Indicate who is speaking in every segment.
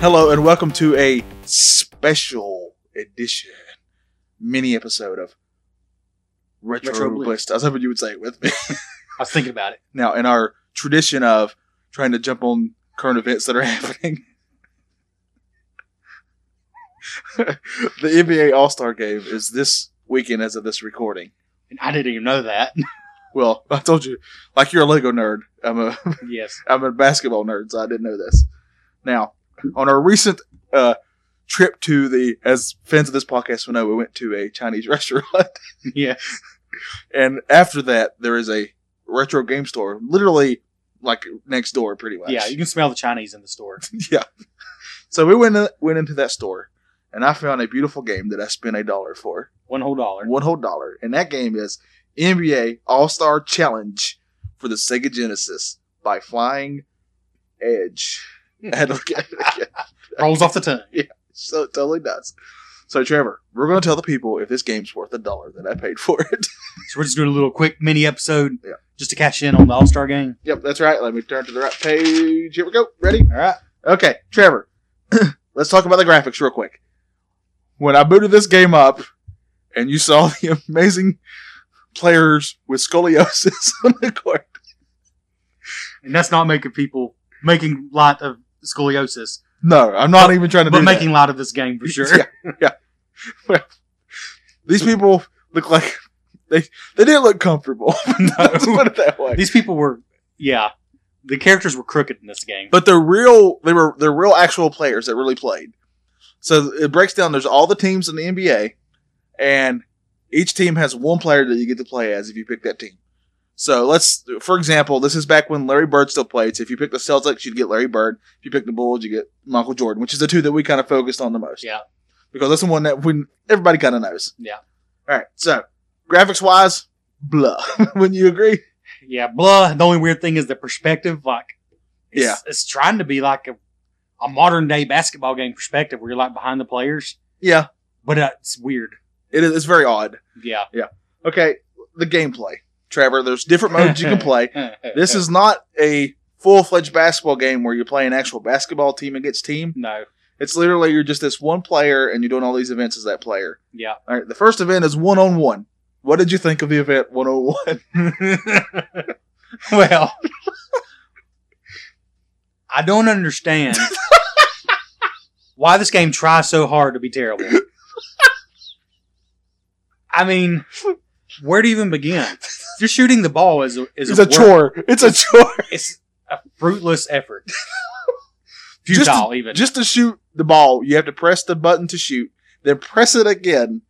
Speaker 1: Hello and welcome to a special edition mini episode of Retro,
Speaker 2: Retro
Speaker 1: Bliss.
Speaker 2: Bliss.
Speaker 1: That's what you would say it with me.
Speaker 2: I was thinking about it.
Speaker 1: now, in our tradition of trying to jump on current events that are happening, the NBA All Star Game is this weekend as of this recording.
Speaker 2: And I didn't even know that.
Speaker 1: Well, I told you, like you're a Lego nerd, I'm a
Speaker 2: yes.
Speaker 1: I'm a basketball nerd, so I didn't know this. Now, on our recent uh, trip to the, as fans of this podcast will know, we went to a Chinese restaurant,
Speaker 2: Yeah.
Speaker 1: and after that, there is a retro game store, literally like next door, pretty much.
Speaker 2: Yeah. You can smell the Chinese in the store.
Speaker 1: yeah. So we went in, went into that store, and I found a beautiful game that I spent a dollar for,
Speaker 2: One whole dollar.
Speaker 1: one whole dollar, and that game is NBA All Star Challenge for the Sega Genesis by Flying Edge. I had to look at it again.
Speaker 2: Rolls off the tongue.
Speaker 1: So it totally does. So Trevor, we're gonna tell the people if this game's worth a dollar that I paid for it.
Speaker 2: So we're just doing a little quick mini episode
Speaker 1: Yeah.
Speaker 2: just to cash in on the All Star game.
Speaker 1: yep, that's right. Let me turn to the right page. Here we go. Ready?
Speaker 2: All right.
Speaker 1: Okay, Trevor. let's talk about the graphics real quick. When I booted this game up and you saw the amazing players with scoliosis on the court.
Speaker 2: And that's not making people making light of scoliosis,
Speaker 1: No, I'm not even trying to
Speaker 2: but
Speaker 1: do
Speaker 2: making light of this game for
Speaker 1: that.
Speaker 2: sure.
Speaker 1: Yeah, yeah. Well, these people look like they they didn't look comfortable. Let's put it that way.
Speaker 2: These people were, yeah. The characters were crooked in this game.
Speaker 1: but they're real they were they're real actual players that really played so it breaks down there's all the teams in the nba and each team has one player that you get to play as if you pick that team so let's for example this is back when larry bird still played so if you pick the celtics you'd get larry bird if you pick the bulls you get michael jordan which is the two that we kind of focused on the most
Speaker 2: Yeah.
Speaker 1: because that's the one that when everybody kind of knows
Speaker 2: Yeah.
Speaker 1: all right so graphics wise blah wouldn't you agree
Speaker 2: Yeah, blah. The only weird thing is the perspective. Like, it's,
Speaker 1: Yeah.
Speaker 2: it's trying to be like a, a modern day basketball game perspective where you're like behind the players,
Speaker 1: yeah
Speaker 2: but uh, it's weird.
Speaker 1: it is it's very odd
Speaker 2: Yeah.
Speaker 1: Okay, the gameplay. Trevor, there's different modes you can play. This
Speaker 2: this
Speaker 1: is not a full fledged basketball game where you play an actual basketball team against team.
Speaker 2: no.
Speaker 1: It's literally you're just this one player and you're doing all these events as that player.
Speaker 2: Yeah.
Speaker 1: All right, the first event is one on one. What did you think of the event one on one?
Speaker 2: well, I don't understand why this game tries so hard to be terrible. I mean, where do you even begin? You're shooting the ball is a, is
Speaker 1: It's a
Speaker 2: work-
Speaker 1: chore. It's a chore.
Speaker 2: It's a fruitless effort.
Speaker 1: Just to-
Speaker 2: Futile, even.
Speaker 1: Just to shoot the ball, you have to press the button to shoot, then press it again.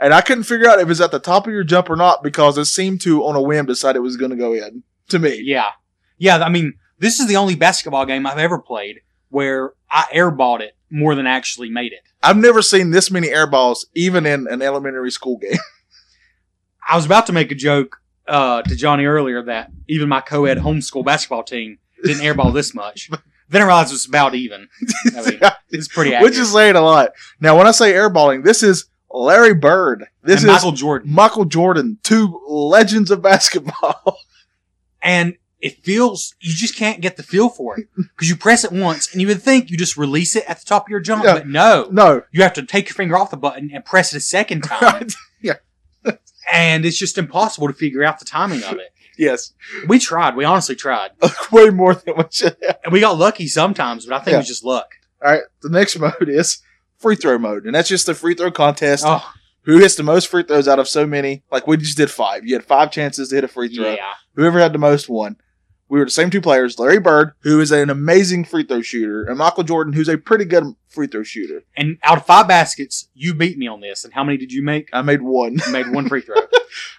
Speaker 1: And I couldn't figure out if it's at the top of your jump or not because it seemed to, on a whim, decide it was going to go in to me.
Speaker 2: Yeah. Yeah. I mean, this is the only basketball game I've ever played where I airballed it more than I actually made it.
Speaker 1: I've never seen this many airballs, even in an elementary school game.
Speaker 2: I was about to make a joke uh, to Johnny earlier that even my co ed homeschool basketball team didn't airball this much. Then I realized it's about even. I mean, it's pretty accurate.
Speaker 1: Which is saying a lot. Now, when I say airballing, this is Larry Bird. This
Speaker 2: and
Speaker 1: is
Speaker 2: Michael Jordan.
Speaker 1: Michael Jordan, two legends of basketball.
Speaker 2: And it feels, you just can't get the feel for it because you press it once and you would think you just release it at the top of your jump,
Speaker 1: Yeah.
Speaker 2: but no.
Speaker 1: no,
Speaker 2: you have to take your finger off the button and press it a second time.
Speaker 1: Right. Yeah.
Speaker 2: and it's just impossible to figure out the timing of it.
Speaker 1: yes,
Speaker 2: We tried. We honestly tried.
Speaker 1: way more than what should have.
Speaker 2: And we got lucky sometimes, but I think it was just luck.
Speaker 1: All right, the next mode is free throw mode, and that's just the free throw contest.
Speaker 2: Oh,
Speaker 1: Who hits the most free throws out of so many? Like we just did five. You had five chances to hit a free throw.
Speaker 2: yeah.
Speaker 1: whoever had the most won. We were the same two players, Larry Bird, who is an amazing free throw shooter, and Michael Jordan, who's a pretty good free throw shooter.
Speaker 2: And out of five baskets, you beat me on this. And how many did you make?
Speaker 1: I made one.
Speaker 2: I made one free throw.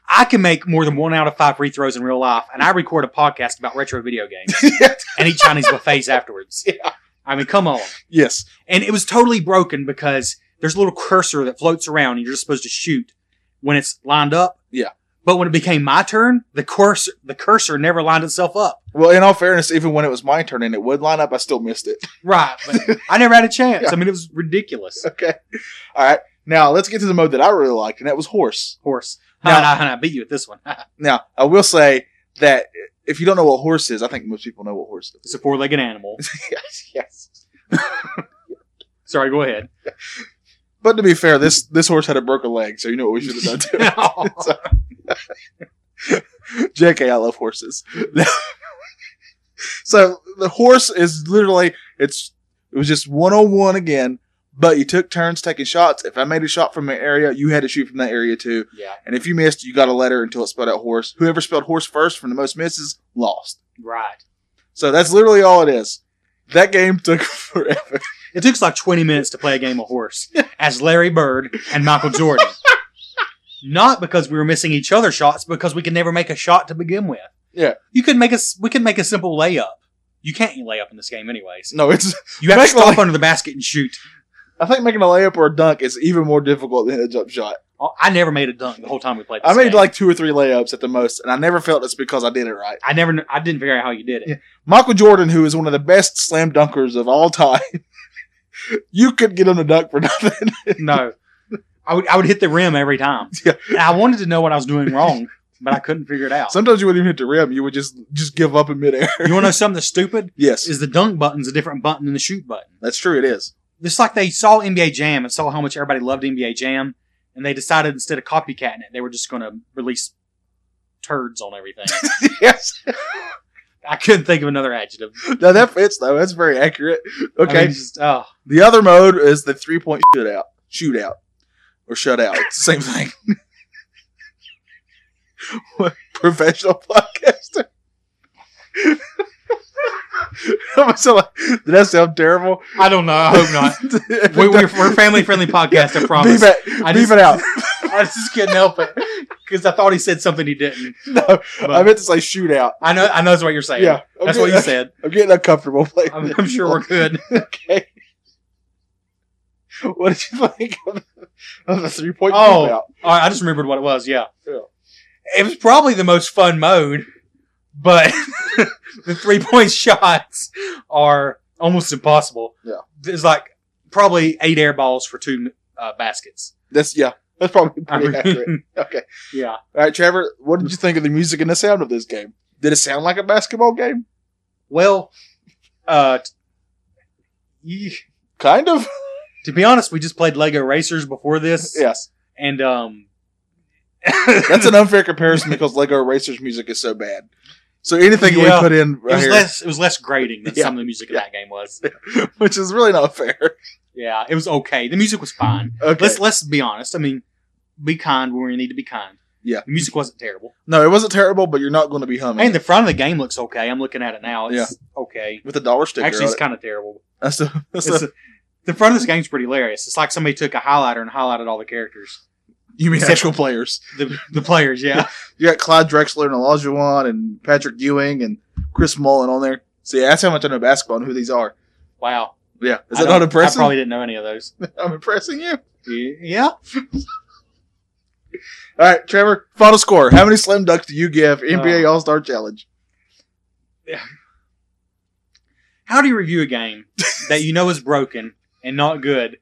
Speaker 2: I can make more than one out of five free throws in real life, and I record a podcast about retro video games and eat Chinese buffets afterwards. I mean, come on.
Speaker 1: yes.
Speaker 2: and it was totally broken because there's a little cursor that floats around and you're just supposed to shoot when it's lined up.
Speaker 1: Yeah.
Speaker 2: But when it became my turn, the cursor the cursor never lined itself up.
Speaker 1: Well, in all fairness, even when it was my turn and it would line up, I still missed it.
Speaker 2: Right. But I never had a chance.
Speaker 1: Yeah.
Speaker 2: I mean, it was ridiculous.
Speaker 1: Okay. All right. Now let's get to the mode that I really liked, and that was horse.
Speaker 2: Horse.
Speaker 1: Now-
Speaker 2: Now, and, I, and I beat you at this one.
Speaker 1: Now I will say that if you don't know what horse is, I think most people know what horse is.
Speaker 2: it's a four legged animal.
Speaker 1: yes. Yes.
Speaker 2: Sorry, go ahead.
Speaker 1: But to be fair, this this horse had a broken leg, so you know what we should have done too. JK, I love horses. so the horse is literally it's it was just one on one again, but you took turns taking shots. If I made a shot from an area, you had to shoot from that area too.
Speaker 2: yeah,
Speaker 1: And if you missed, you got a letter until it spelled out horse. Whoever spelled horse first from the most misses lost.
Speaker 2: right.
Speaker 1: So that's literally all it is. That game took forever.
Speaker 2: It took us like 20 minutes to play a game of horse as Larry Bird and Michael Jordan. Not because we were missing each other shots, because we could never make a shot to begin with.
Speaker 1: Yeah.
Speaker 2: You could make a, s- we could make a simple layup. You can't lay up in this game anyways.
Speaker 1: No, it's
Speaker 2: You have to
Speaker 1: Make a
Speaker 2: stop
Speaker 1: lay-
Speaker 2: under the basket and shoot.
Speaker 1: I think making a layup or a dunk is even more difficult than a jump shot.
Speaker 2: Oh, I never made a dunk the whole time we played this
Speaker 1: I made
Speaker 2: game.
Speaker 1: like two or three layups at the most, and I never felt it's because I did it right.
Speaker 2: I never, kn- I didn't figure out how you did it.
Speaker 1: Yeah. Michael Jordan, who is one of the best slam dunkers of all time, you could get him to dunk for nothing.
Speaker 2: No. I would, I would hit the rim every time.
Speaker 1: Yeah.
Speaker 2: And I wanted to know what I was doing wrong, but I couldn't figure it out.
Speaker 1: Sometimes you wouldn't even hit the rim; you would just just give up in midair.
Speaker 2: you want to know something that's stupid?
Speaker 1: Yes,
Speaker 2: Is the dunk button's a different button than the shoot button.
Speaker 1: that's true. It is.
Speaker 2: It's like they saw NBA Jam and saw how much everybody loved NBA Jam, and they decided instead of copycatting it, they were just going to release turds on everything.
Speaker 1: yes,
Speaker 2: I couldn't think of another adjective.
Speaker 1: now that fits though. That's very accurate.
Speaker 2: I
Speaker 1: Okay,
Speaker 2: mean, just, oh,
Speaker 1: the other mode is the three point shootout, shootout, or shutout. It's the same thing. Professional podcaster. I'm so like, did that sound terrible?
Speaker 2: I don't know. I hope not. We, we're, we're a family friendly podcast, I promise.
Speaker 1: Beep it,
Speaker 2: I
Speaker 1: beep
Speaker 2: just-
Speaker 1: it out.
Speaker 2: I just couldn't help it because I thought he said something he didn't.
Speaker 1: No,
Speaker 2: But
Speaker 1: I meant to say shootout.
Speaker 2: I know, I know that's what you're saying.
Speaker 1: Yeah, I'm
Speaker 2: that's
Speaker 1: getting,
Speaker 2: what you said.
Speaker 1: I'm getting uncomfortable. Playing
Speaker 2: I'm,
Speaker 1: this.
Speaker 2: I'm sure we're good.
Speaker 1: okay. What did you think of, of the three point
Speaker 2: Oh.
Speaker 1: shootout?
Speaker 2: All right, I just remembered what it was. Yeah.
Speaker 1: Yeah.
Speaker 2: It was probably the most fun mode, but the three point shots are almost impossible.
Speaker 1: Yeah.
Speaker 2: There's like probably eight air balls for two uh, baskets.
Speaker 1: That's yeah. That's probably
Speaker 2: I
Speaker 1: pretty
Speaker 2: mean,
Speaker 1: accurate. Okay.
Speaker 2: yeah.
Speaker 1: All right, Trevor. What did you think of the music and the sound of this game? Did it sound like a basketball game?
Speaker 2: Well, uh, t- ye-
Speaker 1: Kind of.
Speaker 2: to be honest, we just played Lego Racers before this.
Speaker 1: Yes.
Speaker 2: And, um,
Speaker 1: That's an unfair comparison because Lego Racers music is so bad. So anything
Speaker 2: Yeah.
Speaker 1: we put in
Speaker 2: It
Speaker 1: right
Speaker 2: was
Speaker 1: here,
Speaker 2: less. It was less grating than
Speaker 1: Yeah.
Speaker 2: some of the music in that game was.
Speaker 1: which is really not fair.
Speaker 2: Yeah, it was okay. The music was fine.
Speaker 1: Okay.
Speaker 2: Let's let's be honest. I mean, be kind where we need to be kind.
Speaker 1: Yeah.
Speaker 2: the music wasn't terrible,
Speaker 1: no, it wasn't terrible, but you're not going to be humming
Speaker 2: and the front of the game looks okay. I'm looking at it now. It's okay.
Speaker 1: with a dollar sticker.
Speaker 2: Actually,
Speaker 1: on
Speaker 2: it's
Speaker 1: it.
Speaker 2: kind of terrible.
Speaker 1: That's the, that's the-
Speaker 2: It's a- the front of this game's pretty hilarious. It's like somebody took a highlighter and highlighted all the characters,
Speaker 1: you mean
Speaker 2: Except-
Speaker 1: actual players.
Speaker 2: the the players. Yeah,
Speaker 1: You got Clyde Drexler and Olajuwon and Patrick Ewing and Chris Mullen on there. So yeah, that's how much I know basketball and who these are.
Speaker 2: wow.
Speaker 1: Yeah. Is
Speaker 2: I
Speaker 1: that
Speaker 2: don't-
Speaker 1: not impressive?
Speaker 2: I probably didn't know any of those.
Speaker 1: I'm impressing you.
Speaker 2: Yeah,
Speaker 1: All right, Trevor, final score. How many slam dunks do you give NBA All Star Challenge?
Speaker 2: how do you review a game that you know is broken and not good,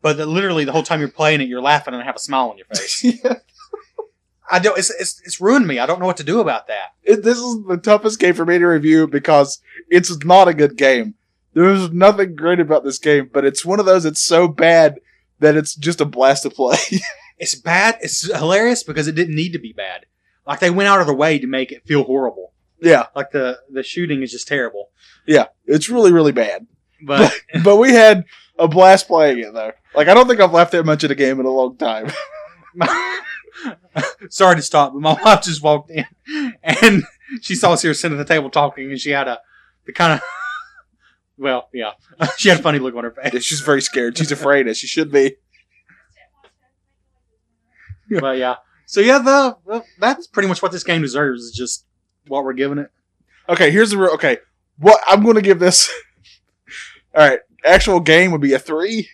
Speaker 2: but that literally the whole time you're playing it, you're laughing and have a smile on your face?
Speaker 1: yeah.
Speaker 2: I don't. It's, it's it's ruined me. I don't know what to do about that.
Speaker 1: it, this is the toughest game for me to review because it's not a good game. There's nothing great about this game, but it's one of those that's so bad that it's just a blast to play.
Speaker 2: It's bad. It's hilarious because it didn't need to be bad. Like they went out of their way to make it feel horrible.
Speaker 1: yeah,
Speaker 2: Like the the shooting is just terrible.
Speaker 1: it's really, really bad.
Speaker 2: But
Speaker 1: But we had a blast playing it, though. Like, I don't think I've laughed that much at a game in a long time.
Speaker 2: sorry to stop, but my wife just walked in and she saw us here sitting at the table talking, and she had a the kind of well, yeah, she had a funny look on her
Speaker 1: Yeah,
Speaker 2: face.
Speaker 1: she's very scared. She's afraid, as she should be.
Speaker 2: But yeah, so yeah, the well, that's pretty much what this game deserves. Is just what we're giving it.
Speaker 1: Okay, here's the real. Okay, what I'm going to give this. All right, actual game would be a three,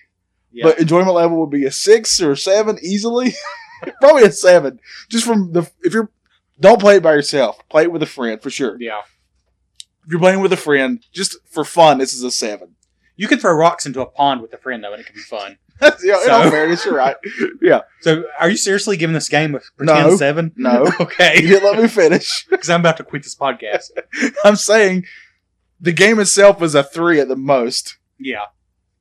Speaker 2: Yeah.
Speaker 1: but enjoyment level would be a six or a seven easily. Probably a seven, just from the if you're don't play it by yourself. Play it with a friend for sure.
Speaker 2: yeah.
Speaker 1: If you're playing with a friend, just for fun, this is a seven.
Speaker 2: You could throw rocks into a pond with a friend though, and it could be fun.
Speaker 1: That's yeah, in all
Speaker 2: So-
Speaker 1: fairness, you're right.
Speaker 2: So, are you seriously giving this game a pretend
Speaker 1: No.
Speaker 2: seven?
Speaker 1: No. You
Speaker 2: Okay,
Speaker 1: didn't let me finish.
Speaker 2: because I'm about to quit this podcast.
Speaker 1: I'm saying the game itself is a three at the most.
Speaker 2: Yeah,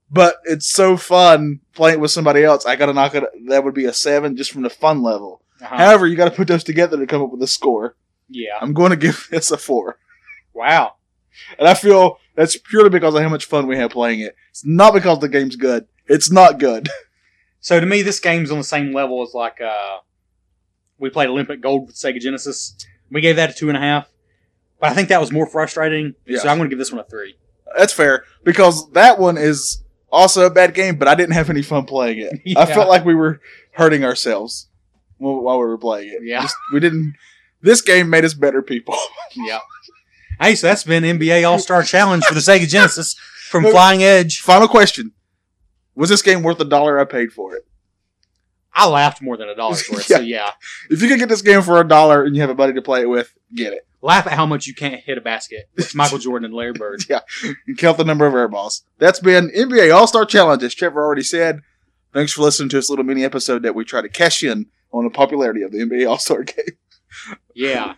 Speaker 1: But it's so fun playing with somebody else. I got to knock it. That would be a seven just from the fun level.
Speaker 2: Uh-huh.
Speaker 1: However, you got to put those together to come up with a score.
Speaker 2: yeah.
Speaker 1: I'm going to give this a four,
Speaker 2: Wow.
Speaker 1: and I feel that's purely because of how much fun we had playing it. It's not because the game's good. It's not good.
Speaker 2: So to me, this game's on the same level as like uh, we played Olympic Gold with Sega Genesis. We gave that a two and a half, but I think that was more frustrating.
Speaker 1: Yes.
Speaker 2: So I'm going to give this one a three.
Speaker 1: That's fair because that one is also a bad game, but I didn't have any fun playing it. I
Speaker 2: Yeah.
Speaker 1: felt like we were hurting ourselves while while we were playing it.
Speaker 2: Yeah.
Speaker 1: Just- we didn't. This game made us better people.
Speaker 2: Yeah. Hey, so that's been NBA All Star Challenge for the Sega Genesis from
Speaker 1: Look-
Speaker 2: Flying Edge.
Speaker 1: Final question: Was this game worth the dollar I paid for it?
Speaker 2: I laughed more than a dollar for it. So yeah,
Speaker 1: If you can get this game for a dollar and you have a buddy to play it with, get it.
Speaker 2: laugh at how much you can't hit a basket with Michael Jordan and Larry Bird.
Speaker 1: and count the number of air balls. That's been NBA All Star Challenge, as Trevor already said. Thanks for listening to this little mini episode that we try to cash in on the popularity of the NBA All Star game.
Speaker 2: Yeah.